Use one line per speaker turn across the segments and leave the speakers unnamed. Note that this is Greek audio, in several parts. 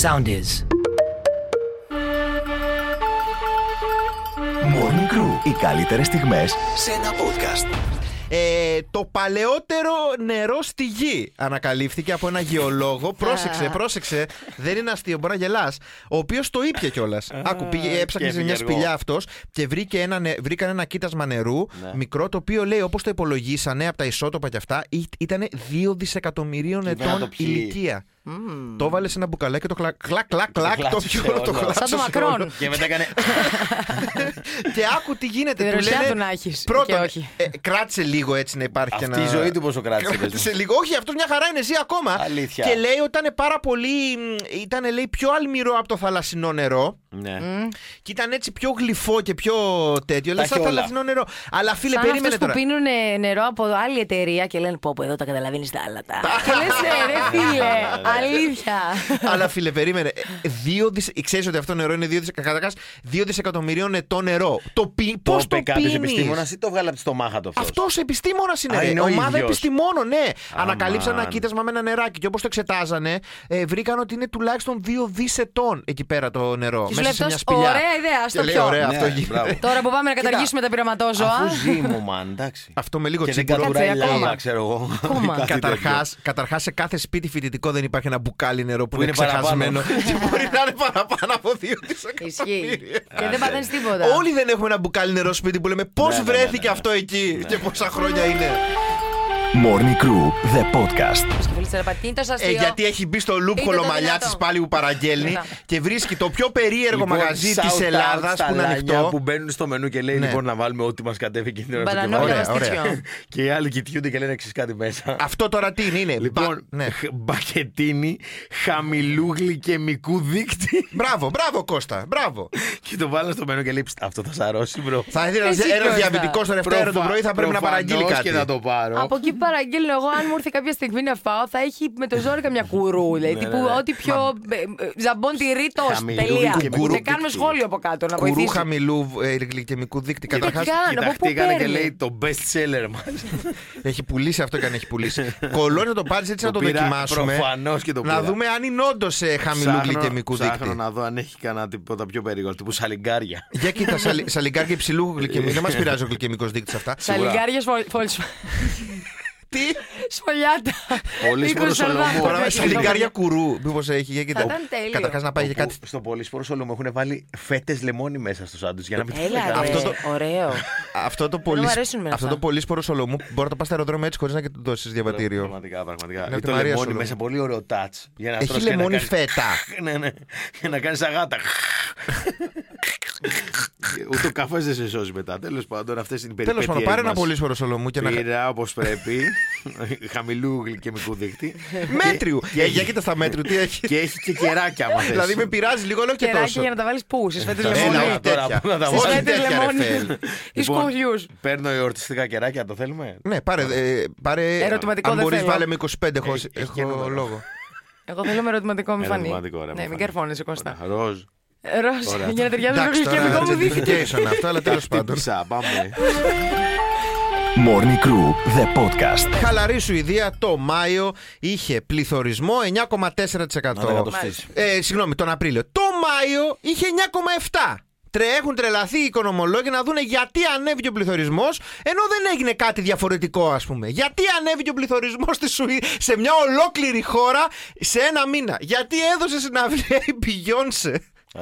Sound is.
Morning Crew. Οι καλύτερες στιγμές σε ένα podcast.
Ε, το παλαιότερο νερό στη γη ανακαλύφθηκε από ένα γεωλόγο. πρόσεξε, πρόσεξε. Δεν είναι αστείο, μπορεί να γελάς. Ο οποίος το ήπια κιόλας. Άκου, πήγε, έψαχνε σε
σκέφτηκε
μια
εγώ.
σπηλιά αυτός και βρήκε ένα, νε- βρήκαν ένα κοίτασμα νερού
Ναι.
μικρό, το οποίο λέει όπως το υπολογίσανε από τα ισότοπα κι αυτά, ήταν 2 δισεκατομμυρίων
Και βέβαια
ετών
το πιει.
ηλικία. Το έβαλε σε ένα μπουκαλάκι και το κλακ, κλακ, κλακ, κλακ, το
κλάτσισε
πιω όλο, το
όλο.
κλάτσο.
Σαν το
σε
Μακρόν.
όλο.
Και μετά έκανε.
Και άκου τι γίνεται.
Την
του
ερωσιά
λένε,
του να έχεις και
Πρώτον,
όχι.
ε, κράτησε λίγο έτσι να υπάρχει και
Αυτή η
να-
ζωή του πόσο κράτησε, πες μου.
Κράτησε λίγο. Όχι, αυτό μια χαρά είναι, ζει ακόμα.
Αλήθεια.
Και λέει ότι ήταν πάρα πολύ. μ, ήταν λέει, πιο αλμυρό από το θαλασσινό νερό.
Ναι.
Και ήταν έτσι πιο γλυφό και πιο τέτοιο. Λες
έχει
σαν
όλα.
θαλασσινό νερό. Αλλά φίλε,
Σαν
περίμενε
αυτούς
τώρα.
που πίνουν ε, νερό από άλλη εταιρεία και λένε πω πω εδώ τα καταλαβαίνεις τα άλλα τα. και λες ναι ρε φίλε, αλήθεια.
Αλλά φίλε, περίμενε. Ε, Δύο δισ... Ξέρεις ότι αυτό νερό είναι 2 δισεκατομμυρίων, δισεκατομμυρίων ετών νερό. Το πι...
Το
Πώ το
είπε κάποιο επιστήμονα
πίνεις?
ή το βγάλε από τη στομάχα του αυτός.
Αυτός επιστήμονας είναι.
Α,
ρε.
είναι ο
Ομάδα
ίδιος.
επιστημόνων, ναι. Ανακαλύψαν ένα κοίτασμα με ένα νεράκι. Και όπως το εξετάζανε, ε, βρήκαν ότι είναι τουλάχιστον 2 δισετών εκεί πέρα το νερό.
Και σου
μέσα
λέει
σε μια
αυτός,
σπηλιά.
ωραία ιδέα, ας
Και
το
λέει,
πιω.
Ωραία,
Ναι,
αυτό γίνεται.
μπράβο.
Τώρα που πάμε να καταργήσουμε τα πειραματόζωα.
Αφού ζει μου, μαν, εντάξει.
Αυτό με λίγο
Και δεν
τσίπουρο.
κατουράει
Κάτσε, ακόμα.
λάβα, ξέρω εγώ.
Ακόμα.
Κάτι
Καταρχάς, καταρχάς, σε κάθε σπίτι φοιτητικό δεν υπάρχει ένα μπουκάλι νερό που,
Που
είναι,
είναι
ξεχασμένο.
παραπάνω.
και μπορεί να είναι παραπάνω από 2
Ισχύει.
δισεκατομμύρια.
Και δεν πατάνε τίποτα.
Όλοι δεν έχουμε ένα μπουκάλι νερό σπίτι που λέμε
Ναι,
πώς
ναι, ναι, ναι,
βρέθηκε
ναι.
αυτό εκεί και πόσα χρόνια είναι.
Morning Crew, the podcast.
Και φίλοι, τσαραπατίντα σας
Ε,
δύο.
γιατί έχει μπει στο loop
Είναι το
χολομαλιά τη
δυνατό.
πάλι που παραγγέλνει
Μετά.
και βρίσκει το πιο περίεργο
Λοιπόν,
μαγαζί
shout out
της Ελλάδας
στα
που είναι
λάνια
ανοιχτό.
Που μπαίνουν στο μενού και λέει
Ναι.
λοιπόν να βάλουμε ό,τι μας κατέβει εκείνη την ώρα. στο
Μπανανό
Ωραία,
και
κεφάλι.
βαστίτσιο.
Και οι άλλοι κοιτιούνται και λένε εξή κάτι μέσα.
Αυτό τώρα τι είναι, είναι.
Λοιπόν,
μπα- ναι.
χ- μπακετίνι χαμηλού γλυκαιμικού δείκτη.
Μπράβο, μπράβο Κώστα, μπράβο.
και το βάλω στο μενού και λέει «Ψτ, Αυτό θα σ' αρρώσει, μπρο.
θα ήθελα
Εσύ,
ένα
Κώστα.
διαβητικό στον Δευτέρα το
Προφα-
πρωί θα πρέπει να παραγγείλει
προφανώς
κάτι.
και να το πάρω.
Από εκεί που παραγγέλνω εγώ, αν μου έρθει κάποια στιγμή να φάω, θα έχει με το ζόρι καμιά κουρού. Δηλαδή,
Ναι,
τύπου,
ναι, ναι.
ό,τι πιο. ε, ε, Ζαμπόν τυρί, τόσο.
Χαμηλού
Τελεία.
και
κουρού.
Δεν κάνουμε σχόλιο από κάτω να
Κουρού
βοηθήσει.
χαμηλού ε, γλυκαιμικού δείκτη. Καταρχά
Κοίταξε, από πού
Κοιταχτήκανε και
παίρνει.
λέει το best seller μας.
έχει πουλήσει αυτό και αν έχει πουλήσει. Κολώνει να το πάρει έτσι να το δοκιμάσουμε.
Προφανώς και το πήρα.
Να δούμε αν είναι όντως χαμηλού
Ψάχνω-
γλυκαιμικού
Ψάχνω
δείκτη.
να δω αν έχει κανένα τίποτα πιο περίεργο. Τύπου σαλιγκάρια.
Για κοίτα, σαλι- σαλιγκάρια υψηλού γλυκαιμικού. Δεν μας πειράζει ο γλυκαιμικό δείκτη αυτά.
Σαλιγκάρια φόλσου.
Τι!
Σφολιάτα.
Πολύ
Μήκρο
σποροσολομό.
σαλβάκο.
Τώρα,
Τώρα
Τέτοιο.
σαλιγκάρια κουρού. Μήπως έχει για κοίτα.
Θα ήταν τέλειο.
Καταρχάς να πάει για κάτι.
Όπου Στο πολύσπορο Σολομό έχουν βάλει φέτες λεμόνι μέσα στο σάντουιτ για να μην
Έλα,
φύγει.
Αυτό
αυτό
το-
ωραίο.
Αυτό το
μου
πολύ,
αρέσουν εμένα
αυτό
αυτά.
το πολύ σπορός Σολομού μπορεί να το πας στο αεροδρόμιο έτσι χωρίς να του δώσεις διαβατήριο.
Πραγματικά, πραγματικά.
Είναι
Ή
από τη
το
Μαρία
λεμόνι
Σολομού.
μέσα, πολύ ωραίο τάτ.
Έχει λεμόνι φέτα.
Ναι, ναι. Για να κάνεις αγάτα. Ούτε ο καφές δεν σε σώζει μετά. Τέλος πάντων, αυτές είναι οι
Τέλος
περιπέτειες
πάντων, πάρε ένα
μας.
πολύ σπορό Σολομού και να.
Πήρα όπως πρέπει. χαμηλού γλυκαιμικού δείκτη.
Μέτριου!
Και-
Για για κοίτα στα μέτριου, τι έχει.
και έχει και κεράκια άμα θες.
Δηλαδή με πειράζει λίγο, αλλά όχι και
Κεράκι
τόσο.
για να τα βάλεις πού, στις φέτες
Έλα,
λεμόνι.
Ένα
Σολομού.
τέτοια.
Τώρα, πού να τα
Στις
Όχι
βάλεις.
φέτες
τέτοια, ρε,
λεμόνι.
Φελ.
Ή
Λοιπόν,
σκουριού.
Παίρνω εορτιστικά κεράκια, το θέλουμε.
Ναι, πάρε. ε, πάρε
Ερωτηματικό
αν
δεν
μπορείς,
θέλω.
βάλε με 25, έχω,
Έχει- έχει Ε, και
έχω
νούμερο.
λόγο.
Εγώ θέλω με ερωτηματικό, μη φανεί.
Ε, Ερωτηματικό, ρε, μη
Ναι, μην
φανεί.
καρφώνεσαι, Κώστα.
Ωραία, Ροζ.
Ροζ,
Ωραία.
για να ταιριάζει με το
Εντάξει, τώρα Ε.
γλυκαιμικό μου δίκτυο.
justification αυτό, αλλά τέλος πάντων.
Χτύπησα, πάμε.
Morning Crew, the podcast.
Χαλαρή Σουηδία το Μάιο είχε πληθωρισμό 9,4%.
Να τα εκατοστήσει.
Ε, συγγνώμη, τον Απρίλιο. Το Μάιο είχε 9,7%. Τρε, έχουν τρελαθεί οι οικονομολόγοι να δούνε γιατί ανέβηκε ο πληθωρισμός, ενώ δεν έγινε κάτι διαφορετικό, ας πούμε. Γιατί ανέβηκε ο πληθωρισμός σε μια ολόκληρη χώρα σε ένα μήνα. Γιατί έδωσε συναυλία η Beyoncé.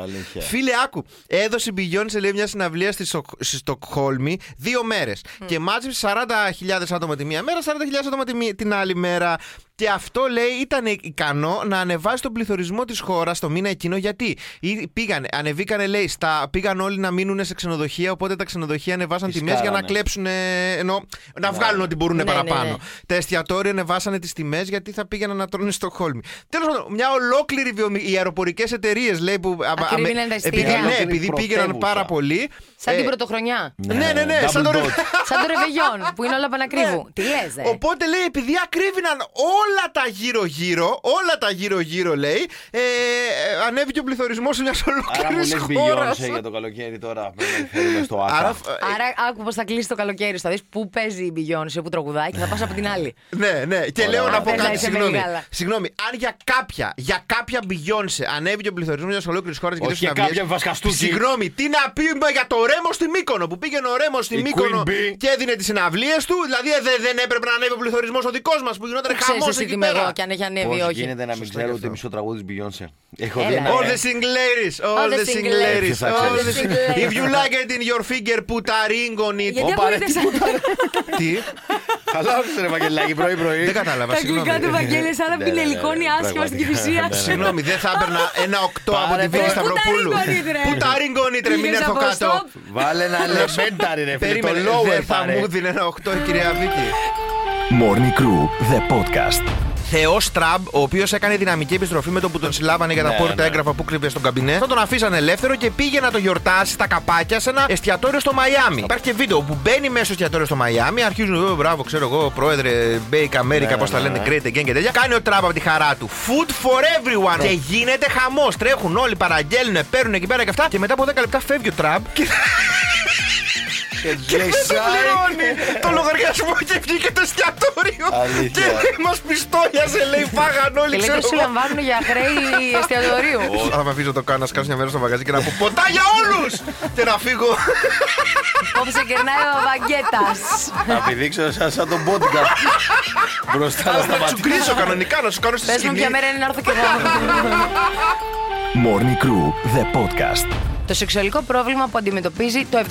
Αλήθεια.
Φίλε, άκου. Έδωσε η Beyoncé λέει, μια συναυλία στη, Σοκ- στη Στοκχόλμη δύο μέρες. Και μάζεψε 40.000 άτομα τη μία μέρα, 40.000 άτομα τη μία- την άλλη μέρα. Και αυτό λέει ήταν ικανό να ανεβάσει τον πληθωρισμό της χώρας το μήνα εκείνο. Γιατί Ή- πήγανε, ανεβήκανε, λέει, στα, πήγαν όλοι να μείνουν σε ξενοδοχεία. Οπότε τα ξενοδοχεία ανεβάσαν
Τι
τιμές για να
σκάρανε.
κλέψουν. Ενώ να βγάλουν ό,τι μπορούν
Ναι, ναι,
παραπάνω.
ναι.
Τα εστιατόρια ανεβάσανε τις τιμές γιατί θα πήγαιναν να τρώνε στο Χόλμη. Τέλος πάντων, μια ολόκληρη βιομηχανία. Οι αεροπορικές εταιρείες λέει που. α, α,
Ακριβή
με-
είναι τα
επειδή,
εισιτήρια.
ναι,
Ολόκληρη
επειδή πήγαιναν
πρωτεύουσα.
πάρα πολύ.
Σαν
ε,
την πρωτοχρονιά.
Ναι, ναι, ναι.
Double
Σαν τον...
dot.
Σαν το ρεβεγιόν που είναι όλα πανακρίβου. Τι λες, ε.
Οπότε λέει, επειδή ακρίβηναν όλα τα γύρω-γύρω, όλα τα γύρω-γύρω λέει, ε, ε, ανέβηκε ο πληθωρισμός μιας
Άρα μου λες
ολόκληρης χώρας.
Beyoncé για το καλοκαίρι τώρα. Πρέπει να φέρουμε στο άκα.
Άρα, ε,
Άρα, άκου πώς θα κλείσει το καλοκαίρι. Θα δεις πού παίζει η Beyoncé, που τραγουδάει και θα πας από την άλλη.
Ναι, ναι. Και
Ωραία.
λέω να πω
Απέλα,
κάτι.
είσαι
Συγγνώμη.
μεγάλα.
Συγγνώμη, αν για κάποια, για κάποια Beyoncé ανέβηκε ο πληθωρισμός μιας ολόκληρης χώρας και
Όχι
δεν
για
συναυλίες,
κάποια Βασκαστούκη.
Συγγνώμη, τι να πούμε για το Ρέμο στη Μύκονο που πήγαινε ο Ρέμος στη
Η
Μύκονο
Queen Bee.
και έδινε τις συναυλίες του. Δηλαδή ε, δε- δεν έπρεπε να ανέβει ο πληθωρισμός ο δικός μας που γινόταν
Ξέρεις
χαμός
εσύ τι
εκεί
είμαι
πέρα.
εγώ και αν έχει ανέβει ή
Πώς
όχι.
γίνεται να μην ξέρω ούτε μισό τραγούδι της Beyoncé. Έχω
Έλα,
δει ένα.
ρε.
All
Ε.
the single ladies, all the single ladies,
Ποιος θα
all
ξέρεις.
the single ladies. If you like it in your finger, put a ring on it.
Γιατί
Όπα, ρε,
ακούγεται σαν
Τι,
Καλά, ρε Βαγγελάκη, πρωί-πρωί.
δεν κατάλαβα,
τα αγγλικά του
συγγνώμη.
Βαγγέλη, άρα
Ναι,
πίνει
ναι, ναι,
ελικόνη
ναι,
άσχημα στην
πραγματικά.
κυφυσία.
Ναι, ναι, ναι.
Συγγνώμη, δεν θα έπαιρνα ένα οκτώ από
Πάρε
την Βίκη
το.
Σταυροπούλου.
Πού τα ρίγκονιτ, ρε.
Πού τα ρίγκονιτ, ρε, μην
Πήγες
έρθω
από
κάτω.
stop.
Βάλε ένα λεμένταρι, ρε φίλε. Το
Περίμενε,
lower
δεν θα
πάρε.
μου δίνει ένα οκτώ η κυρία Βίκη.
Morning Crew, the podcast.
Θεός Τραμπ, ο οποίος έκανε δυναμική επιστροφή με το που τον συλλάβανε για τα
Ναι,
πόρτα
ναι.
έγγραφα που κρύβε στον καμπινέ. Θα τον αφήσανε ελεύθερο και πήγε να το γιορτάσει στα καπάκια σε ένα εστιατόριο στο Μαϊάμι. Υπάρχει και βίντεο που μπαίνει μέσα στο εστιατόριο στο Μαϊάμι, αρχίζουν, «Ε, μπράβο, ξέρω εγώ, πρόεδρε, Bake America,
Ναι,
πώς τα
ναι,
λένε,
ναι.
Great Again και τέτοια. Κάνει ο Τραμπ από τη χαρά του. Food for everyone.
Ναι.
Και γίνεται χαμός. Τρέχουν όλοι, παραγγέλνουν, παίρνουν εκεί πέρα και αυτά. Και μετά από 10 λεπτά φεύγει ο Τραμπ και
Και λέει,
δεν το
«Σάι».
πληρώνει το λογαριασμό και βγήκε το εστιατόριο.
Αλήθεια.
Και λέει, μα πιστόλιασε, λέει, φάγαν όλοι,
Και λέει
ξέρω
και σου
εγώ.
λαμβάνουν για χρέη εστιατορίου.
Θα με αφήσω το κάνω να σκάσω μια μέρα στο μαγαζί και να πω ποτά για όλους! και να φύγω.
Κόψε κερνάει ο Βαγκέτας.
Θα πηδήξω σαν σαν τον podcast. Μπροστά να
να
σταματήσω.
τσουκρίσω κανονικά, να σου κάνω στη
Πες μου
σκηνή.
ποια μέρα είναι να έρθω κι εγώ.
Morning Crew, the podcast.
Το σεξουαλικό πρόβλημα που αντιμετωπίζει το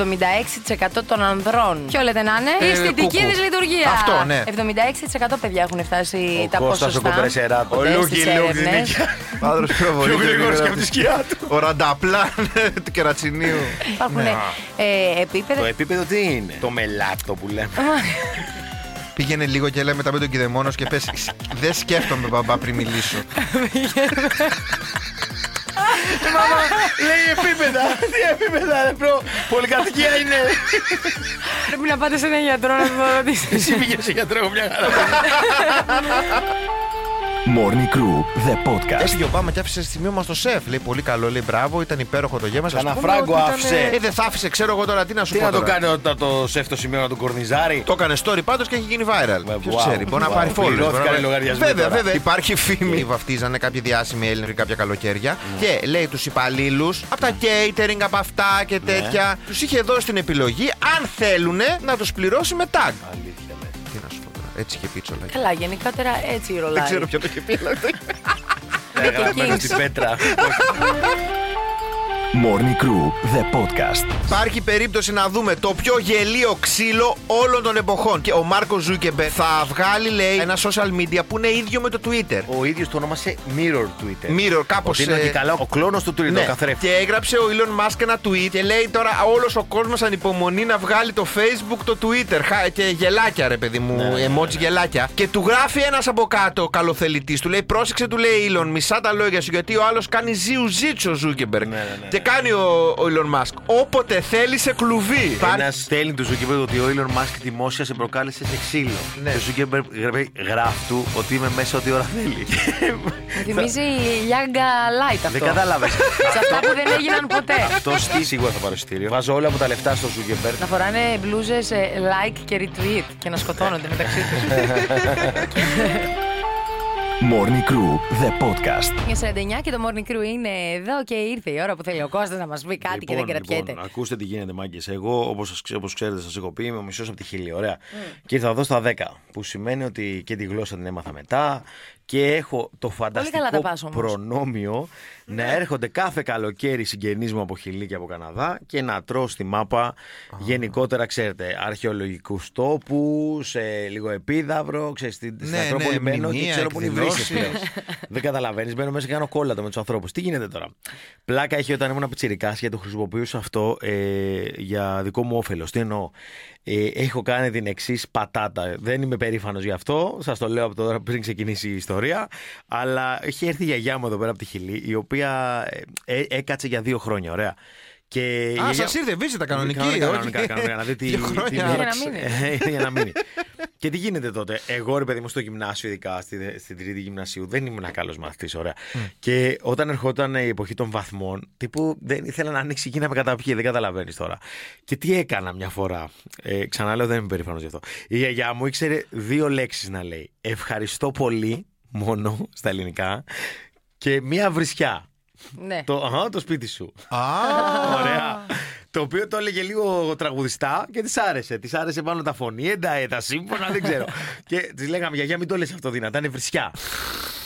76% των ανδρών. Ποιο λέτε να είναι, η αισθητική
κουκού.
δυσλειτουργία.
Αυτό, ναι.
76% παιδιά έχουν φτάσει
Ο
τα
Κώστας ο
ποσοστά.
Κομπρεσεράτος.
Ο
Ο
Λούκι,
Λούκι, Λούκι,
ναι.
Νίκια.
Άνδρος
Πιο
προβολή.
γρήγορος και από τη σκιά του.
Ο ρανταπλάν του κερατσινίου.
Υπάρχουν ε, επίπεδα.
Το επίπεδο τι είναι. Το μελάτο που λέμε.
Πήγαινε λίγο και λέμε μετά με τον κηδεμόνος και πες. Δεν σκέφτομαι, μπαμπά, πριν μιλήσω.
Λέει επίπεδα. Τι επίπεδα, ρε προ. Πολυκατοικία είναι.
Πρέπει να πάτε σε έναν γιατρό να το ρωτήσετε.
Εσύ πήγες σε γιατρό μια χαρά.
Morning Crew, the podcast.
Έφυγε ο Ομπάμα και άφησε σημείο μα στο σεφ. Λέει πολύ καλό, λέει μπράβο, ήταν υπέροχο το γέμα. Ας
Κανα
πούμε
φράγκο
ότι ήταν,
άφησε.
Ε, δεν θα άφησε, ξέρω εγώ τώρα τι να σου
Τι
πω.
να το
τώρα.
κάνει όταν το σεφτό σημείο να τον κορνιζάρει.
Το έκανε story πάντως και έχει γίνει viral.
Wow.
Ποιος ξέρει, μπορεί να
Wow.
πάρει follow.
Πληρώθηκαν
μπορεί να-
οι λογαριασμοί
Βέβαια,
τώρα.
βέβαια. Υπάρχει φήμη. Βαφτίζανε κάποιοι διάσημοι Έλληνες κάποια καλοκαίρια
Ναι.
και λέει τους υπαλλήλους από τα catering, από αυτά και
Ναι.
τέτοια. Τους είχε δώσει την επιλογή αν θέλουν να τους πληρώσει με tag.
Αλήθεια, ναι.
Τι να σου πω τώρα, έτσι είχε πει τσολάκι.
Καλά, γενικότερα έτσι η ρολάρι.
Δεν ξέρω ποιο το είχε πει, αλλά το είχε.
Ναι, Γραμμένο
Kings.
στην πέτρα.
Morning Crew, the podcast.
Υπάρχει περίπτωση να δούμε το πιο γελίο ξύλο όλων των εποχών. Και ο Μάρκος Ζούκεμπερ θα βγάλει, λέει, ένα social media που είναι ίδιο με το Twitter.
Ο ίδιος το ονόμασε Mirror Twitter.
Mirror, κάπως,
Ότι Είναι
ε, ναι.
και καλά ο κλόνος του Twitter. Ο καθρέφτης.
Και έγραψε ο Elon Musk ένα tweet και λέει τώρα όλος ο κόσμος ανυπομονεί να βγάλει το Facebook, το Twitter. Χα, και γελάκια, ρε παιδί μου,
Ναι,
emoji γελάκια. Και του γράφει ένας από κάτω καλοθελητής, του λέει πρόσεξε, του λέει Elon, μισά τα λόγια σου γιατί ο άλλος κάνει ζίου ζίτσο Ζούκεμπεργκ.
Ναι, ναι, ναι,
Και κάνει ο, ο Elon Musk. Όποτε θέλει σε κλουβί.
Ένας στέλνει του Ζουκέμπερ ότι ο Elon Musk δημόσια σε προκάλεσε σε ξύλο.
Ναι.
Το Ζουκέμπερ γράφει του ότι είμαι μέσα ό,τι ώρα θέλει.
Μου θυμίζει η Λιάγκα Λάιτ αυτό.
Δεν κατάλαβες.
Σε αυτά που δεν έγιναν ποτέ.
Αυτό τι σίγουρα θα πάρω εισιτήριο. Βάζω όλα μου τα λεφτά στο Ζουκέμπερ.
Να φοράνε μπλούζες like και retweet και να σκοτώνονται μεταξύ τους.
Ναι.
Morning Crew, the podcast.
Είναι 49 και το Morning Crew είναι εδώ και ήρθε η ώρα που θέλει ο Κώστας να μας πει κάτι και δεν κρατιέται.
Λοιπόν, ακούστε τι γίνεται, μάγκες. Εγώ, όπως όπως ξέρετε, σας έχω πει, είμαι ο μισός από τη χίλια. Ωραία. Και ήρθα εδώ στα 10. Που σημαίνει ότι και τη γλώσσα την έμαθα μετά. Και έχω το
καλά τα
φανταστικό
πας, όμως. Ναι.
προνόμιο να έρχονται κάθε καλοκαίρι συγγενείς μου από Χιλή και από Καναδά και να τρώω στη μάπα γενικότερα, ξέρετε, αρχαιολογικούς τόπους, λίγο επίδαυρο, ξέρεις, στην, στην
Ναι,
Ακρόπολη
ναι,
μπαίνω και
μνημεία,
ξέρω που είναι οι βρύσες πλέον.
εκδηλώσεις.
Δεν καταλαβαίνεις. Μπαίνω μέσα και κάνω κόλλατο με τους ανθρώπους. Τι γίνεται τώρα. Πλάκα είχε όταν ήμουν πιτσιρικά και το χρησιμοποιούσα αυτό ε, για δικό μου όφελος. Τι εννοώ. Ε, έχω κάνει την εξής πατάτα. Δεν είμαι περήφανος γι' αυτό. Σας το λέω από τώρα πριν ξεκινήσει η ιστορία. Αλλά είχε έρθει η γιαγιά μου εδώ πέρα από τη Χιλή, η οποία ε, ε, έκατσε για δύο χρόνια. Ωραία. Και η
Α,
γιαγιά-
σας ήρθε, βίζε τα κανονική.
Ε, Κανονικά,
όχι.
κανονικά, κανονικά, να δείτε τι-
Δύο
τι
χρόνια.
Για να μείνει.
Ε, Για να μείνει. και τι γίνεται τότε. Εγώ, ρε παιδί μου, στο γυμνάσιο, ειδικά στη, στην τρίτη γυμνασίου, δεν ήμουν καλός μαθητής, ωραία. και όταν ερχόταν η εποχή των βαθμών, τύπου δεν ήθελα να ανοίξει εκεί να με καταπιεί, δεν καταλαβαίνεις τώρα. Και τι έκανα μια φορά. Ε, ξανά λέω, δεν είμαι περήφανος γι' αυτό. Η γιαγιά μου ήξερε δύο λέξεις να λέει. Ευχαριστώ πολύ, μόνο στα ελληνικά, και μία βρισιά.
Ναι.
Το, αχα, το σπίτι σου.
Α,
Ωραία. Το οποίο το έλεγε λίγο τραγουδιστά και της άρεσε. Της άρεσε πάνω τα φωνήεντα, ε, τα σύμφωνα, δεν ξέρω. και της λέγαμε, Γιαγιά, μην το λες αυτό δυνατά, είναι βρισιά.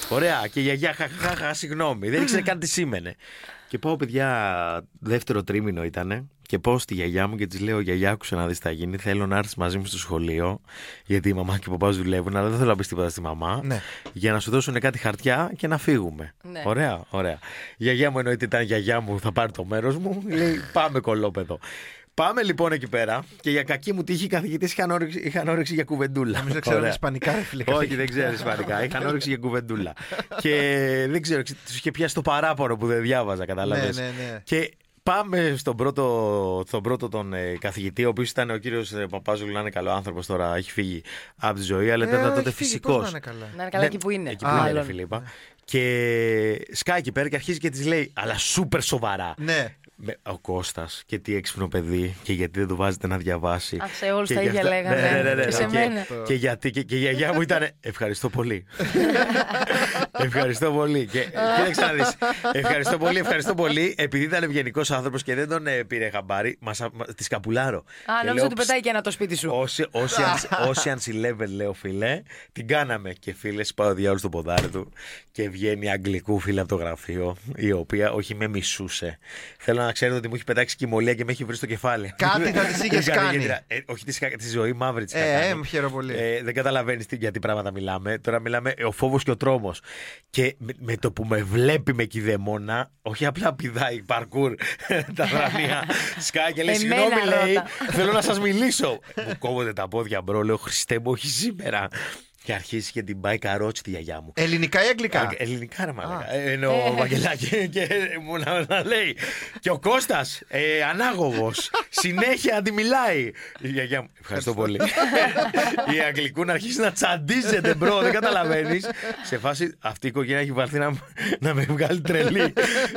Ωραία. Και η γιαγιά, χαχαχα, συγγνώμη. Δεν ήξερε καν τι σήμαινε. Και πάω, παιδιά, δεύτερο τρίμηνο ήτανε. Και πάω στη γιαγιά μου και της λέω: Γιαγιά, άκουσα να δεις τι θα γίνει. Θέλω να έρθεις μαζί μου στο σχολείο. Γιατί η μαμά και ο παπάς δουλεύουν, αλλά δεν θέλω να πεις τίποτα στη μαμά.
Ναι.
Για να σου δώσουν κάτι χαρτιά και να φύγουμε.
Ναι.
Ωραία, ωραία. Η γιαγιά μου εννοείται ήταν γιαγιά μου, θα πάρει το μέρος μου. Λέει: Πάμε κολόπεδο. Πάμε λοιπόν εκεί πέρα και για κακή μου τύχη οι καθηγητές είχαν, όρεξη- είχαν όρεξη για κουβεντούλα.
Νομίζω δεν ξέρω
Ωραία.
ισπανικά, ρε φίλε.
Όχι, δεν ξέρω ισπανικά. Είχαν όρεξη για κουβεντούλα. και δεν ξέρω, τους είχε πιάσει το παράπονο που δεν διάβαζα, κατάλαβες.
Ναι, ναι, ναι.
Και πάμε στον πρώτο, στον πρώτο τον ε, καθηγητή, ο οποίος ήταν ο κύριος Παπάζουλου, να είναι καλό άνθρωπος τώρα, έχει φύγει από τη ζωή, αλλά
Ε,
ήταν
όχι,
τότε
φύγει,
φυσικό.
πώς να είναι καλά.
Να είναι καλά εκεί που είναι.
Ναι, Εκεί που είναι, ρε
Μάλλον.
Φιλίπα. Και σκάει εκεί πέρα και αρχίζει και της λέει, αλλά σούπερ σοβαρά.
Ναι.
Με, ο Κώστας και τι έξυπνο παιδί και γιατί δεν του βάζετε να διαβάσει.
Αχ, σε όλους
Και
τα
γι'
ίδια
αυτά-
λέγανε.
Ναι, ναι, ναι, ναι,
Και σε
και,
μένα.
και γιατί και, και η γιαγιά μου ήταν. Ευχαριστώ πολύ. ευχαριστώ πολύ. Και, κοίταξε να δεις. Ευχαριστώ πολύ, ευχαριστώ πολύ. Επειδή ήταν ευγενικός άνθρωπος και δεν τον ε, πήρε χαμπάρι, μας, α- μα, της σκαπουλάρω.
Α,
Και
νόμιζα
λέω,
ότι πετάει και ένα το σπίτι σου.
Όσοι, όσοι, αν- όσοι level, λέω φίλε, την κάναμε. Και φίλε, πάω διάολο στο ποδάρι του και βγαίνει αγγλικού φίλε από το γραφείο, η οποία όχι με μισούσε. Θέλω να ξέρετε ότι μου έχει πετάξει κοιμωλία και με έχει βρει στο κεφάλι.
Κάτι θα της είχες
Η καθηγήτρια.
κάνει.
Ε, όχι τη, τη ζωή, μαύρη τη.
Ε, ε, μ' χαίρομαι πολύ.
Ε, δεν καταλαβαίνεις για τι πράγματα μιλάμε. Τώρα μιλάμε ε, ο φόβος και ο τρόμος. Και με, με το που με βλέπει με κηδεμόνα, όχι απλά πηδάει παρκούρ τα δρανία. Σκάει και λέει:
Εμένα
Συγγνώμη, λέει,
ρώτα».
θέλω να σας μιλήσω. Μου κόβονται τα πόδια μπρο, λέω: Χριστέ μου, όχι σήμερα. Και αρχίζει και την πάει καρότσι τη γιαγιά μου.
Ελληνικά ή αγγλικά.
Ε, Ελληνικά ρε μαλάκα. Ε, Ενώ ο Βαγγελάκη και μου να, να λέει. Και ο Κώστας, ε, ανάγωγος, συνέχεια αντιμιλάει. Η γιαγιά μου, ευχαριστώ πολύ. η Αγγλικού να αρχίσει να τσαντίζεται μπρο, δεν καταλαβαίνεις. Σε φάση αυτή η οικογένεια έχει βαρθεί να, μ- να με βγάλει τρελή.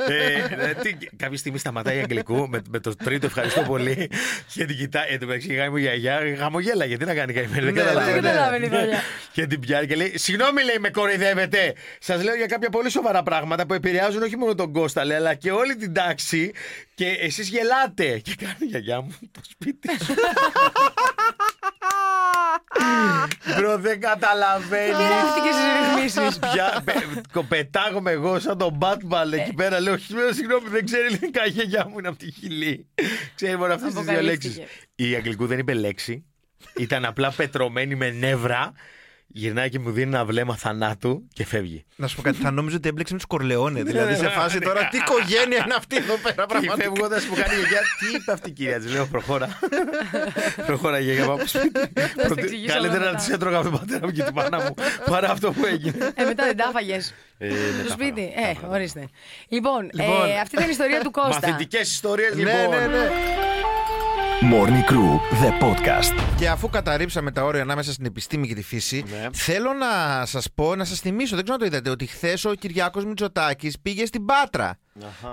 ε, ε, τι, κάποια στιγμή σταματάει η Αγγλικού με, με το τρίτο ευχαριστώ πολύ και την κοιτάει. Εν τω μεταξύ η μου γιαγιά χαμογέλαγε. Τι να κάνει καημένη, δεν
Ναι, ναι,
καταλαβαίνει.
ναι.
Καταλαβαίνει η γιαγιά.
Και την πιάνει και λέει: Συγγνώμη, λέει, με κοροϊδεύετε. Σας λέω για κάποια πολύ σοβαρά πράγματα που επηρεάζουν όχι μόνο τον Κώστα, λέει, αλλά και όλη την τάξη. Και εσείς γελάτε. Και κάνει η γιαγιά μου το σπίτι σου. Μπρο, δεν καταλαβαίνεις.
Γράφτηκε στι ρυθμίσεις.
Πια, πε- κο- πετάγομαι εγώ σαν τον Batman
Ε.
εκεί πέρα. Λέω: «Χιλιάδες, Συγγνώμη, δεν ξέρει ελληνικά η γιαγιά μου είναι από τη χιλή. Ξέρει μόνο αυτές τις δύο
Αποκαλύφθηκε.
λέξεις. Η Αγγλικού δεν είπε λέξη. Ήταν απλά πετρωμένη με νεύρα. Γυρνάει και μου δίνει ένα βλέμμα θανάτου και φεύγει.
Να σου πω κάτι, θα νόμιζα ότι έμπλεξε με τους Κορλαιόνε. Δηλαδή σε
ναι,
φάση
ναι.
τώρα τι οικογένεια είναι αυτή εδώ πέρα
Και
πραγματικά.
φεύγοντα μου κάνει η γιαγιά, τι είπε αυτή η κυρία της. Λέω: Προχώρα. προχώρα, γιαγιά, πάω από σπίτι. Προτε-
εξηγήσω όλα
Καλύτερα να
μετά.
τη έτρωγα με τον πατέρα μου και την μάνα μου παρά αυτό που έγινε.
Ε, μετά δεν τα έφαγες.
Ε, ναι, τα
Στο σπίτι.
έφαγα, τα
Ε,
έφαγα.
ορίστε. Λοιπόν,
Λοιπόν.
ε, αυτή ήταν η ιστορία του Κώστα.
Μαθητικέ ιστορίες
Ναι,
λοιπόν.
ναι, ναι.
Morning Crew, the podcast.
Και αφού καταρρύψαμε τα όρια ανάμεσα στην επιστήμη και τη φύση,
Ναι.
θέλω να σας πω, να σας θυμίσω, δεν ξέρω αν το είδατε, ότι χθες ο Κυριάκος Μητσοτάκης πήγε στην Πάτρα.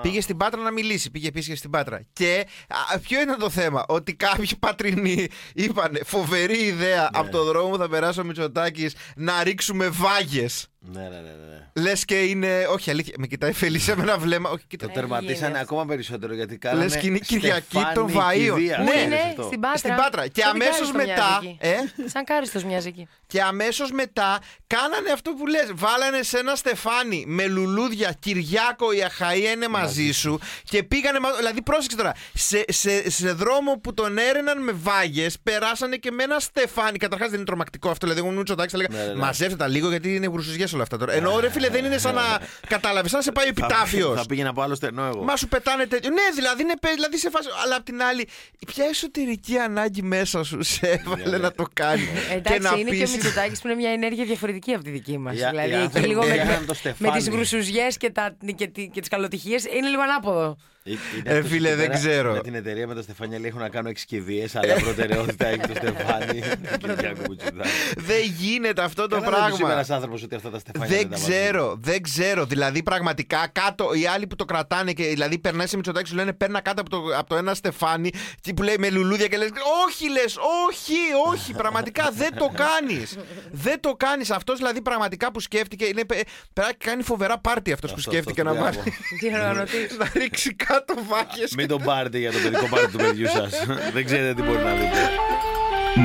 Πήγε στην Πάτρα να μιλήσει, πήγε επίσης στην Πάτρα. Και α, ποιο είναι το θέμα, ότι κάποιοι πατρινοί είπαν φοβερή
Ναι.
ιδέα από το δρόμο που θα περάσει ο Μητσοτάκης να ρίξουμε βάγες.
Ναι, ναι, ναι, ναι.
Λες και είναι. Όχι, αλήθεια. Με κοιτάει η Φελίσια με ένα βλέμμα. Όχι,
Το
κοίτα.
τερματίσανε
γίνεται.
ακόμα περισσότερο γιατί κάνανε
Λες και είναι η Κυριακή
Στεφάνη
των Βαΐων.
Κηδείας.
Ναι.
Πού
Ξέρεις
είναι,
αυτό.
στην Πάτρα.
Στην Πάτρα. Και
Σαν την
αμέσως
Κάριστο
μετά.
μοιάζει εκεί.
Ε,
Σαν κάριστος μοιάζει εκεί.
Και αμέσως μετά κάνανε αυτό που λες Βάλανε σε ένα στεφάνι με λουλούδια Κυριάκο η Αχαία είναι μαζί σου. Και πήγανε. μα- Δηλαδή, πρόσεξε τώρα. Σε, σε, σε δρόμο που τον έρεναν με βάγες, περάσανε και με ένα στεφάνι. Καταρχάς δεν είναι τρομακτικό αυτό. Δηλαδή, εγώ μου θα έλεγα.
Ναι, ναι, ναι.
Μαζεύτε τα λίγο γιατί είναι γρουσουζιέ όλα αυτά τώρα. Ενώ ρε φίλε δεν είναι σαν να. Κατάλαβες, σαν να σε πάει
ναι. Θα-
επιτάφιος.
Θα πήγαινα από άλλο στενό εγώ.
Μα σου πετάνε τέτοιο. Ναι, δηλαδή είναι πε- δηλαδή σε φάση. Αλλά απ' την άλλη, ποια εσωτερική ανάγκη μέσα σου σε
Ναι,
έβαλε να το κάνει.
Ε, Εντάξει, είναι και ο
πείσεις-
Μητσοτάκης που είναι μια ενέργεια διαφορετική από τη δική μας.
Οι α-
δηλαδή,
οι
εκεί
άνθρωποι
λίγο
που
με,
έκαναν το
με
στεφάνι.
τι γρουσουζιέ και, τα- και, τι- και τις επιτυχίε είναι λίγο ανάποδο.
Είναι
Ε,
αυτός
φίλε,
εκεί
δεν
πέρα
ξέρω.
Με την εταιρεία με τα Στεφάνια λέει έχω να κάνω εξκηδείες, αλλά προτεραιότητα έχει
Ε.
το Στεφάνι. Κυριάκο Κουτσιδάκη.
Δεν γίνεται αυτό το
Καλά δεν του είπε
πράγμα.
ένας άνθρωπος ότι αυτά τα Στεφάνια
Δεν
τα
ξέρω, δεν ξέρω. Δηλαδή, πραγματικά κάτω οι άλλοι που το κρατάνε και δηλαδή περνάει σε μυτσοτάκι σου λένε Παίρνα κάτω από το, από το ένα στεφάνι και που λέει με λουλούδια και λες Όχι, λες, όχι, όχι. Πραγματικά δεν το κάνεις. δεν το κάνεις. Αυτός δηλαδή πραγματικά που σκέφτηκε. Είναι, πε- πρέπει να κάνει φοβερά πάρτι αυτός που
Αυτός,
σκέφτηκε να
αυτός,
πάρει.
μπράβο.
Διοργανωτής.
να ρίξει κάτω βάκε.
Μην τον πάρετε για το παιδικό πάρτι του παιδιού σας. δεν ξέρετε τι μπορεί να δείτε.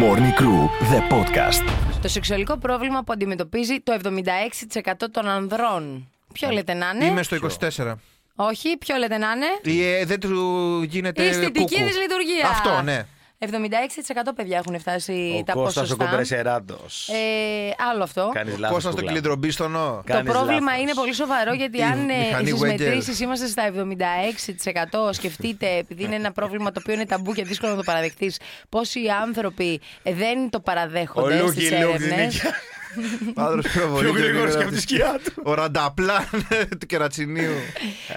Morning Crew, the podcast.
Το σεξουαλικό πρόβλημα που αντιμετωπίζει το 76% των ανδρών. Ποιο λέτε να είναι.
Είμαι στο 24.
Όχι, ποιο λέτε να είναι.
Ή, ε, δεν του γίνεται.
Η αισθητική
κούκου.
τη λειτουργία.
Αυτό, ναι.
76% παιδιά έχουν φτάσει
Ο
Ε, τα
Κώστας ο
ποσοστά.
Κομπρεσεράτος.
Ε, άλλο αυτό.
Κάνεις λάθος
Κόστα
του
στο
κλαμπ.
κλειδρομπίστονο.
Το
Κάνεις
πρόβλημα
λάθος.
είναι πολύ σοβαρό γιατί
Η
αν ε,
μηχανή
στις
Wenger.
μετρήσεις είμαστε στα 76% σκεφτείτε επειδή είναι ένα πρόβλημα το οποίο είναι ταμπού και δύσκολο να το παραδεχτείς πόσοι άνθρωποι δεν το παραδέχονται
Ο
στις
Λούκι Λούκ
έρευνες.
νίκη.
Άνδρος προβολή.
Πιο
και
γρήγορος
γρήγορα
και από τη σκιά του.
Ο ρανταπλάν του κερατσινίου.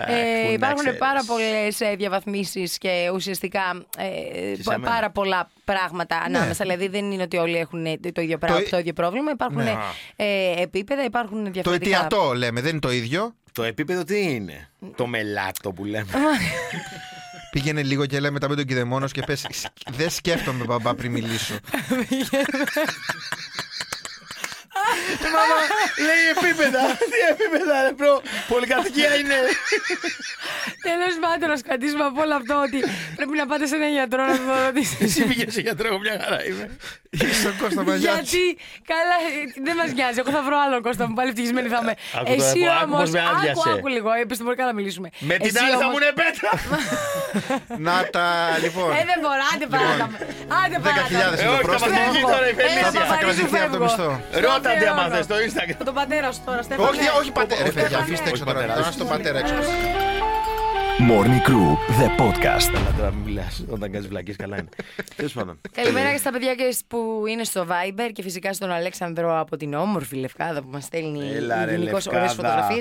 Ε,
Αχ, πού να
υπάρχουν
ξέρεις.
πάρα πολλές διαβαθμίσεις και ουσιαστικά ε,
σε
πα-
μένα.
πάρα πολλά πράγματα ανάμεσα. Δηλαδή δεν είναι ότι όλοι έχουν ε, το ίδιο, πράγμα,
ε-
το ίδιο πρόβλημα. Υπάρχουν
Ναι.
ε, επίπεδα, υπάρχουν
το
διαφορετικά.
αιτιατό λέμε, δεν είναι το ίδιο.
Το επίπεδο τι είναι. Το μελάτο που λέμε.
Πήγαινε λίγο και λέμε μετά με τον κηδεμόνος και πες. Δεν σκέφτομαι, μπαμπά, πριν μιλήσω.
Λέει επίπεδα. Τι επίπεδα, ρε μπρο. Πολυκατοικία είναι.
Τέλος πάντων, ας κρατήσουμε από όλο αυτό ότι πρέπει να πάτε σε έναν γιατρό να το ρωτήσετε.
Εσύ πήγες σε γιατρό, εγώ μια χαρά είμαι.
Είσαι ο Κώστας Μαγιάτση.
Γιατί, καλά, ε, δεν μας νοιάζει. Εγώ θα βρω άλλον Κώστα μου, πάλι ευτυχισμένη θα είμαι.
Άκου τώρα,
Εσύ
άκου
όμω.
πώς με άδειασε.
Άκου, άκου λίγο, ε, επιστημονικά να μιλήσουμε.
Με την
Εσύ
άλλη θα
όμως-
μου είναι πέτρα.
Να τα λοιπόν.
Ε, δεν μπορώ, άντε παράτα. με. Άντε
10.000
παράτα. με.
Ε,
είναι
όχι, θα
το
μας
πρόστιμο.
βγει τώρα η
Έλα,
Φελίσια.
Παπαρίζου,
Θα κρατηθεί από το
φεύγω.
μισθό.
Ρώτα τι
Στέφανο.
αμάθες στο Instagram.
Τον πατέρα σου τώρα, Στέφανε.
Όχι, όχι πατέρα. Ρε, παιδιά, αφήστε έξω τώρα.
πατέρα.
Να στο πατέρα έξω.
Morning Crew, the podcast.
Αλλά τώρα μην μιλάς όταν κάνεις βλακίες καλά είναι. Τέλος πάντων.
Καλημέρα και στα παιδιά και σ- που είναι στο Viber και φυσικά στον Αλέξανδρο από την όμορφη Λευκάδα που μας στέλνει
Έλα, ρε,
γενικώς
Λευκάδα.
ωραίες φωτογραφίες.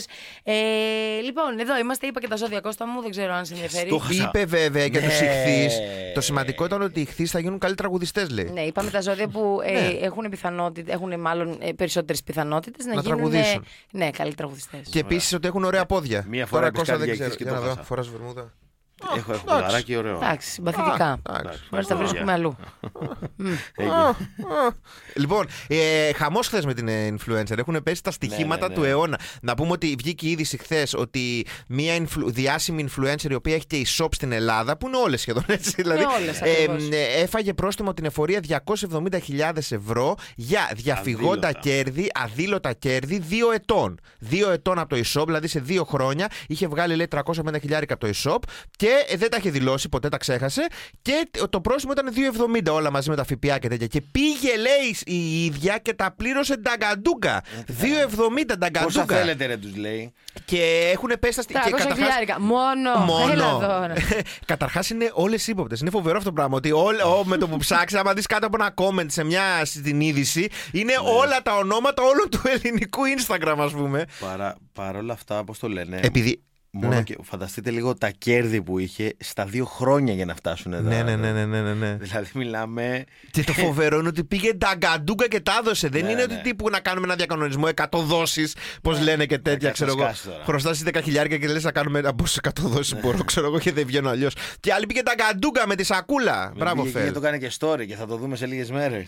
λοιπόν, εδώ είμαστε, είπα και τα ζώδια Κώστα μου, δεν ξέρω αν σε ενδιαφέρει.
Στο χα- Χάσα.
Είπε βέβαια για του
Ναι.
ηχθείς. Το σημαντικό ήταν ότι οι ηχθείς θα γίνουν καλοί τραγουδιστές, λέει.
Ναι, είπαμε τα ζώδια που ε, έχουν, πιθανότητα, έχουν μάλλον ε, περισσότερες πιθανότητες να,
Να
γίνουν.
τραγουδήσουν.
ε, ναι, καλοί τραγουδιστές.
Και επίσης ότι έχουν ωραία πόδια.
Μία φορά
Τώρα
είπες
Κώστα
κάτι
δεν
για
ξέρω.
ηχθείς και
Για
το
να δω.
χάσα.
Φοράς βερμούδα.
Έχω έχω
εντάξει.
βαράκι ωραίο.
Εντάξει, συμπαθητικά.
Α, εντάξει.
Μπορεί να τα βρίσκουμε αλλού.
Έγινε.
Λοιπόν, ε, χαμός χθες με την ε, influencer. Έχουν πέσει τα στοιχήματα
ναι, ναι.
του αιώνα. Να πούμε ότι βγήκε η είδηση χθες ότι μια influ- διάσημη influencer η οποία έχει και e-shop στην Ελλάδα, που είναι όλες σχεδόν έτσι, δηλαδή,
όλες ακριβώς.
ε, έφαγε πρόστιμο την εφορία 270.000 ευρώ για διαφυγόντα
Αδήλωτα.
κέρδη, αδήλωτα κέρδη δύο ετών. Δύο ετών από το e-shop, δηλαδή σε δύο χρόνια είχε βγάλει λέει 350.000 από το e-shop και ε, δεν τα είχε δηλώσει, ποτέ τα ξέχασε. Και τ- το πρόστιμο ήταν 2,70 όλα μαζί με τα ΦΠΑ και τέτοια. Και πήγε λέει η ίδια και τα πλήρωσε νταγκαντούγκα. 2,70
Ε, Πόσα
νταγκαντούγκα.
θέλετε ρε τους λέει.
Και έχουν πέσει τα
Τα
στοιχεία.
300 χιλιάρικα. Μόνο. Έλα
Μόνο.
εδώ, ρε.
Καταρχάς είναι όλες ύποπτες. Είναι φοβερό αυτό το πράγμα. Ότι όλ- ό, με το που ψάξεις, άμα δεις κάτω από ένα comment σε μια στην είδηση, είναι όλα τα ονόματα όλων του ελληνικού Instagram, ας πούμε.
Παρά- Παρόλα αυτά, πώς το λένε.
Επειδή.
Μόνο
ναι.
και φανταστείτε λίγο τα κέρδη που είχε στα δύο χρόνια για να φτάσουν εδώ.
Ναι, ναι, ναι, ναι, ναι, ναι, ναι.
Δηλαδή μιλάμε.
Και το φοβερό είναι ότι πήγε τα γκαντούγκα και τα έδωσε. Δεν
Ναι,
είναι
ναι.
ότι τύπου να κάνουμε ένα διακανονισμό 100 δόσεις, πώς λένε και τέτοια,
κάτι
ξέρω
θα
εγώ.
σκάσεις τώρα.
Χρωστάς 10 χιλιάρια και λες να κάνουμε από 100 δόσει μπορώ, ξέρω εγώ, και δεν βγαίνω αλλιώς. Και άλλοι πήγε τα γκαντούγκα με τη σακούλα. Μπράβο,
Πήγε
Ναι,
εκεί
Φελ.
Και το κάνει και story και θα το δούμε σε λίγες μέρες.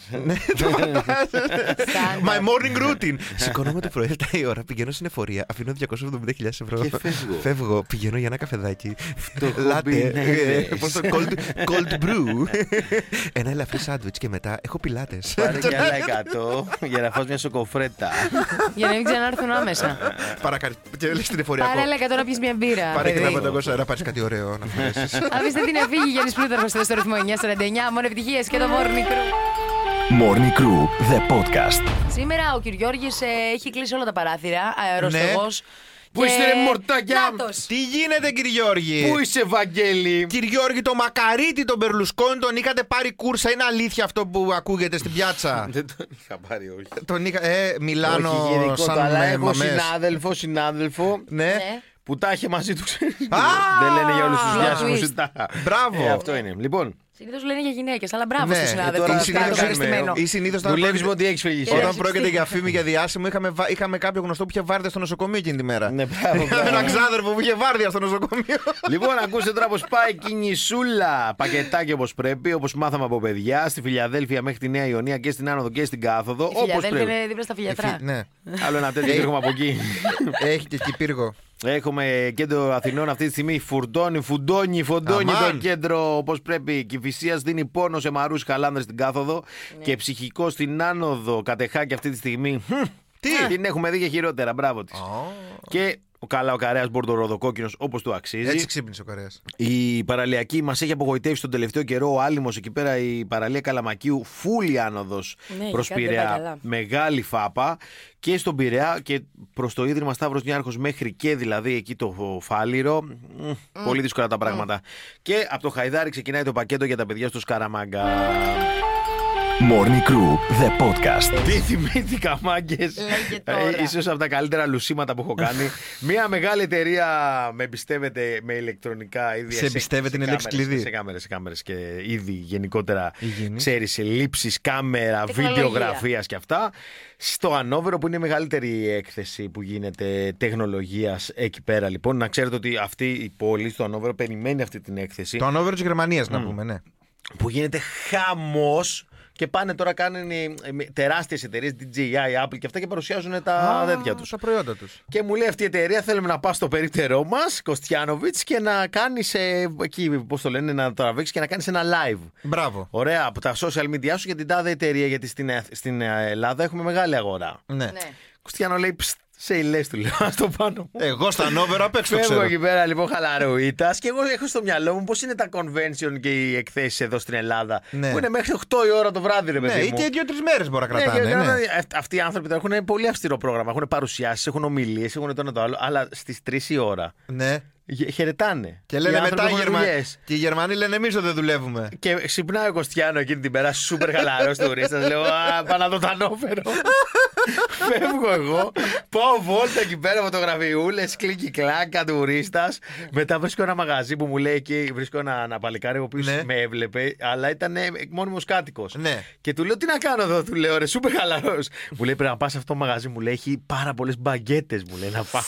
Στάνταρ.
My morning routine. Σηκώνομαι το πρωί 7 η ώρα, πηγαίνω στην εφορία, αφήνω 270.000 ευρώ.
Και φεύγω.
Φεύγω, πηγαίνω για ένα καφεδάκι.
έχω
Λάτε.
μπει, ναι,
ε,
ναι.
πώς το- cold, cold brew. ένα ελαφρύ σάντουιτ και μετά έχω πιλάτες.
Πάρε
ναι,
και άλλα 100 για να φας μια σοκοφρέτα.
Για να μην ξανάρθουν άμεσα.
Παρακαλώ. Και λες την εφορία.
Παρέλα και τώρα πιεις μια μπύρα.
Πάρε και
παιδί.
ένα 500 ευρώ, πάρεις κάτι ωραίο να φορέσεις.
Αφήστε την εφήγη Γιάννης Πλούταρχος στο ρυθμό 949. Μόνο επιτυχίες και το Morning Crew.
Morning Crew, the podcast.
Σήμερα ο Κυριώργης ε, έχει κλείσει όλα τα παράθυρα, αεροστεγός.
Πού είστε, ρε, Ναι. μορτάκια?
Νάτος.
Τι γίνεται, κύριε Γιώργη.
Πού είσαι, Βαγγέλη!
Κύριε Γιώργη, το μακαρίτι των Μπερλουσκόνη τον είχατε πάρει κούρσα. Είναι αλήθεια αυτό που ακούγεται στην πιάτσα.
Δεν τον είχα πάρει, όχι.
τον είχα. Ε, Μιλάνο,
Όχι, γενικό το,
σαν
αλλά
με
έχω
μαμές.
συνάδελφο, συνάδελφο
Ναι.
Ναι.
που που τα είχε μαζί του. ξέρεις.
Α!
Δεν λένε για όλους τους
Plot
διάσημους
twist.
τα.
Μπράβο.
Ε, Αυτό είναι. Λοιπόν,
Συνήθως λένε για γυναίκες, αλλά μπράβο
Ναι,
στο
ε,
συνάδελφο.
τώρα
που
τι
ήταν
συνήθως κάνουμε,
ευχαριστημένο.
Ή συνήθως όταν.
δουλεύει με
πρόκειται-
ό,τι έχεις φύγει.
Όταν
Έχει
πρόκειται
ψυχή.
για
Ναι.
φήμη για διάσημο, είχαμε, βα- είχαμε κάποιο γνωστό που είχε βάρδια στο νοσοκομείο εκείνη τη μέρα.
Ναι, μπράβο,
Είχαμε
μπράβο.
έναν ξάδερφο που είχε βάρδια στο νοσοκομείο.
Λοιπόν, ακούστε τώρα πώς πάει κινησούλα. Πακετάκι όπως πρέπει, όπως μάθαμε από παιδιά, στη Φιλιαδέλφια μέχρι τη Νέα Ιωνία και στην άνοδο και στην κάθοδο.
Η
Όπω
Φιλιαδέλφια
πρέπει. Ε,
είναι δίπλα στα φιλιατρά.
Ναι.
Άλλο ένα τέτοιο έχουμε από εκεί.
Έχει και εκεί πύργο.
Έχουμε κέντρο Αθηνών αυτή τη στιγμή. Φουρτώνει, φουντώνει, φοντώνει
Αμάν.
το κέντρο όπως πρέπει. Κυφυσίας δίνει πόνο σε μαρούς χαλάνδρες στην κάθοδο
Ναι.
και ψυχικό στην άνοδο. Κατεχάκι αυτή τη στιγμή.
Τι?
Την έχουμε δει και χειρότερα. Μπράβο της. Και ο καλά ο καρέας μπορντοροδοκόκκινο όπως του αξίζει.
Έτσι ξύπνησε ο Κορέα.
Η παραλιακή μας έχει απογοητεύσει τον τελευταίο καιρό. Ο Άλυμος εκεί πέρα, η παραλία Καλαμακίου, φούλη άνοδος
Ναι,
προς
κάτι δεν πάει
Πειραιά.
καλά.
Μεγάλη φάπα και στον Πειραιά και προς το ίδρυμα Σταύρος Νιάρχος μέχρι και δηλαδή εκεί το Φάληρο. Μμμ, Πολύ δύσκολα τα πράγματα. Και από το Χαϊδάρι ξεκινάει το πακέτο για τα παιδιά στο Σκαραμάγκα.
Morning Crew, the podcast.
Τι θυμήθηκα, μάγκες.
Λέγε Ε, τώρα.
Ίσως από τα καλύτερα λουσίματα που έχω κάνει. Μία μεγάλη εταιρεία με εμπιστεύεται με ηλεκτρονικά είδη.
Σε εμπιστεύεται είναι λέξη
κάμερες,
κλειδί.
Σε κάμερες, σε κάμερες και είδη γενικότερα.
Υγιεινή.
Ξέρει, λήψεις, κάμερα,
Τεχνολογία.
βιντεογραφίας και αυτά. Στο Ανόβερο, που είναι η μεγαλύτερη έκθεση που γίνεται τεχνολογίας εκεί πέρα, λοιπόν. Να ξέρετε ότι αυτή η πόλη στο Ανόβερο περιμένει αυτή την έκθεση
Το ανώβερο της Γερμανίας, να πούμε, ναι.
που γίνεται χαμός. Και πάνε τώρα κάνουν τεράστιες εταιρείες, DJI, Apple και αυτά και παρουσιάζουν τα δέντια τους.
Τα προϊόντα τους.
Και μου λέει αυτή η εταιρεία: Θέλουμε να πας στο περίπτερό μας, Κωστιάνοβιτ, και να κάνεις. εκεί, πώς το λένε, να τραβήξεις και να κάνεις ένα live.
Μπράβο.
Ωραία, από τα social media σου για την τάδε εταιρεία, γιατί στην, Αθ- στην ε, Ελλάδα έχουμε μεγάλη αγορά.
Ναι.
Ναι.
Κωστιάνο λέει: «Ψτ, Σε ηλές του λέω, ας το πάνω. μου».
Εγώ στα ανώβερο απ' έξω
Φεύγω
ξέρω.
εκεί πέρα λοιπόν χαλαρούιτα και εγώ έχω στο μυαλό μου πώς είναι τα convention και οι εκθέσεις εδώ στην Ελλάδα.
Ναι.
Που είναι μέχρι 8 η ώρα το βράδυ, ρε παιδί
Ναι, ή
μου.
και δύο-τρει μέρες μπορεί να
Ναι, και
κρατάνε.
τώρα,
ναι.
αυ- Αυτοί οι άνθρωποι τώρα έχουν πολύ αυστηρό πρόγραμμα. Έχουν παρουσιάσεις, έχουν ομιλίες, έχουν το ένα το άλλο. Αλλά στις 3 η ώρα
Ναι.
γε- χαιρετάνε.
Και λένε
οι άνθρωποι
μετά οι
έχουν
Γερμανοί.
δουλειές.
Και οι Γερμανοί λένε εμείς δεν δουλεύουμε.
Και ξυπνάει ο Κωστιάνο εκείνη την πέρα, σούπερ χαλαρό τουρίστας. Λέω, Α, πάω να δω τα νόφερο. Φεύγω εγώ, πάω βόλτα εκεί πέρα, φωτογραφιούλες, κλικι κλάκα τουρίστας. Μετά βρίσκω ένα μαγαζί που μου λέει εκεί, βρίσκω ένα, ένα παλικάρι ο οποίος
Ναι.
με έβλεπε, αλλά ήταν μόνιμος κάτοικος.
Ναι.
Και του λέω, Τι να κάνω εδώ, του λέω, ρε, σούπερ χαλαρός. Μου λέει, Πρέπει να πας αυτό το μαγαζί, μου λέει, Έχει πάρα πολλές μπαγκέτες, μου λέει να πας.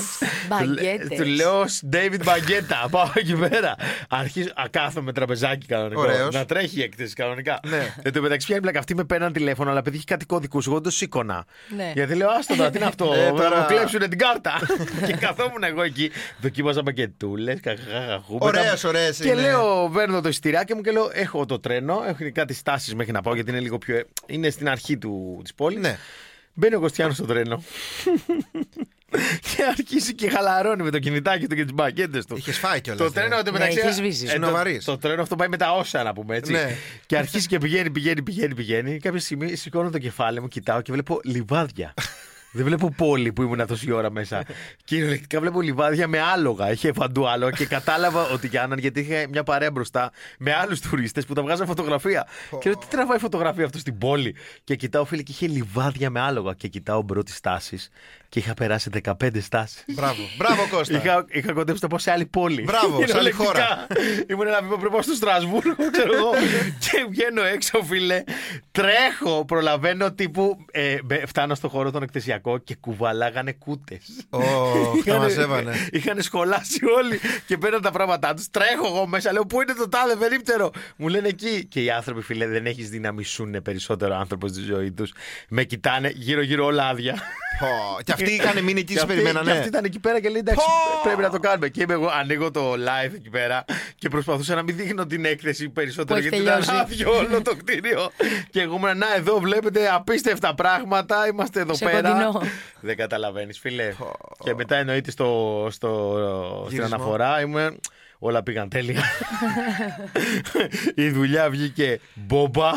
Μπαγκέτες.
Του λέω, David Μπαγκέτα, πάω εκεί πέρα. Αρχίζω, α, κάθομαι τραπεζάκι κανονικό.
Ωραίος.
Να τρέχει η έκθεση κανονικά.
Ναι.
Εν τω μεταξύ, πια μπλακ αυτή με παίρναν τηλέφωνο, αλλά επειδή είχε κάτι κωδικού, εγώ δεν το σήκωνα.
Ναι.
Γιατί λέω, Άστο τώρα, τι είναι αυτό,
Ε, τώρα-
θα μου κλέψουν την κάρτα. και καθόμουν εγώ εκεί, δοκίμαζα μπαγκετούλες, καχαχαχαχού.
Ωραίες, ωραίες
Και
είναι.
λέω, Παίρνω το εισιτηράκι μου και λέω, Έχω το τρένο, έχω κάτι στάσεις μέχρι να πάω, γιατί είναι λίγο πιο. Είναι στην αρχή της πόλης.
Ναι.
Μπαίνει ο Κωστιάνο στο τρένο. και αρχίζει και χαλαρώνει με το κινητάκι του και τις μπακέτες του.
Είχες φάει κιόλας,
Το
ναι.
τρένο εν τω
Ναι,
μεταξύ.
είχες σβήσει.
το-
Σοβαρής.
Το, τρένο αυτό πάει με τα όσα να πούμε έτσι.
Ναι.
Και αρχίζει και πηγαίνει, πηγαίνει, πηγαίνει, πηγαίνει. Κάποια στιγμή σηκώνω το κεφάλι μου, κοιτάω και βλέπω λιβάδια. Δεν βλέπω πόλη που ήμουν τόση ώρα μέσα. Κυριολεκτικά βλέπω λιβάδια με άλογα. Είχε παντού άλογα και κατάλαβα ότι κάναν γιατί είχε μια παρέα μπροστά με άλλους τουρίστε που τα βγάζαν φωτογραφία. Και λέω, τι τραβάει φωτογραφία αυτό στην πόλη. Και κοιτάω, φίλε, και είχε λιβάδια με άλογα. Και κοιτάω πρώτη στάση και είχα περάσει 15 στάσεις.
Μπράβο. Μπράβο, Κώστα.
Είχα, είχα κοντέψει να πάω σε άλλη πόλη.
Μπράβο, σε άλλη
Κυριολεκτικά.
χώρα.
Ήμουν ένα βήμα πριν πάω στο Στρασβούργο, ξέρω εγώ. και βγαίνω έξω, φίλε. Τρέχω, προλαβαίνω τύπου. Ε, μπε- φτάνω στο χώρο τον εκθεσιακό και κουβαλάγανε κούτες.
Ωχ, τα μαζεύανε.
Είχαν σχολάσει όλοι και παίρναν τα πράγματά τους. Τρέχω εγώ μέσα, λέω Πού είναι το τάδε περίπτερο. Μου λένε εκεί. Και οι άνθρωποι, φίλε, δεν έχεις δει να μισούν περισσότερο άνθρωπος στη ζωή τους. Με κοιτάνε γύρω-γύρω όλα άδεια.
Πω, Και αυτοί είχαν μείνει εκεί,
Και
σε
αυτή- Και αυτή
περιμένανε.
ήταν εκεί πέρα και λέει: Εντάξει,
Πω!
πρέπει να το κάνουμε. Και είμαι εγώ, ανοίγω το live εκεί πέρα και προσπαθούσα να μην δείχνω την έκθεση περισσότερο
Που έχει
γιατί ήταν
τελειώσει.
άδειο όλο το κτίριο. και εγώ ήμουν, Να, εδώ βλέπετε απίστευτα πράγματα. Είμαστε εδώ
Σε
πέρα.
κοντινό.
Δεν καταλαβαίνεις, φίλε. και μετά εννοείται στο, στο, στην
Γυρισμό.
αναφορά ήμουν. όλα πήγαν τέλεια. Η δουλειά βγήκε μπόμπα.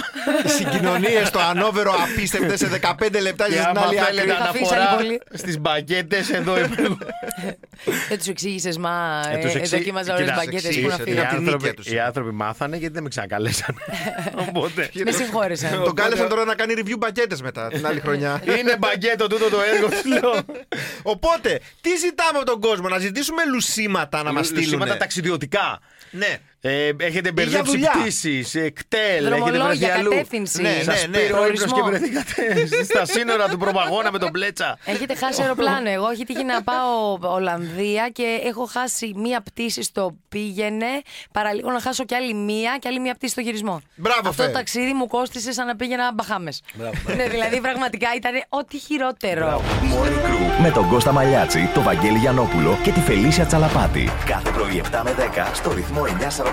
Συγκοινωνίες στο ανώβερο απίστευτες σε 15 λεπτά
Και
για την
άμα
άλλη
θέλετε
άκρη.
να- αφήσανε
αναφορά
πολύ.
στις μπακέτες εδώ υπάρχουν.
Δεν τους εξήγησες, Ε, μα.
Ε, τους εξή-
Δοκίμαζα όλες τις
Κοίτα,
μπαγκέτε
εξήγησα,
που να
οι
φύγω.
Για την
άνθρωποι-
νίκη τους.
Οι άνθρωποι μάθανε γιατί δεν με ξανακαλέσανε. Οπότε.
Με
Ε,
συγχώρεσαν.
Τον κάλεσαν τώρα να κάνει review μπακέτες μετά την άλλη χρονιά.
Είναι μπαγκέτο τούτο το έργο, σου λέω.
Οπότε, τι ζητάμε από τον κόσμο, να ζητήσουμε λουσίματα να μας στείλουν.
Λουσίματα ταξιδιωτικά.
Ναι.
Ε, έχετε μπερδέψει
δουλειά.
πτήσεις, ε, κτέλ, έχετε
Δρομολόγια,
βρεθεί αλλού.
κατεύθυνσης.
Ναι, ναι,
Σας
ναι.
πήρε ο ύπνος και
Προορισμό.
βρεθήκατε στα σύνορα του προπαγώνα με τον πλέτσα.
Έχετε χάσει αεροπλάνο. Εγώ έχει τύχει να πάω Ολλανδία και έχω χάσει μία πτήση στο πήγαινε. Παραλίγο να χάσω κι άλλη μία και άλλη μία πτήση στο γυρισμό.
Μπράβο,
Αυτό
Φε.
το ταξίδι μου κόστησε σαν να πήγαινα μπαχάμες. Ναι, δηλαδή πραγματικά ήταν ό,τι χειρότερο.
Morning Crew με τον Κώστα Μαλιάτση, τον Βαγγέλη Γιανόπουλο και τη Φελίσια Τσαλαπάτη. Κάθε πρωί 7 με 10 στο ρυθμό 949.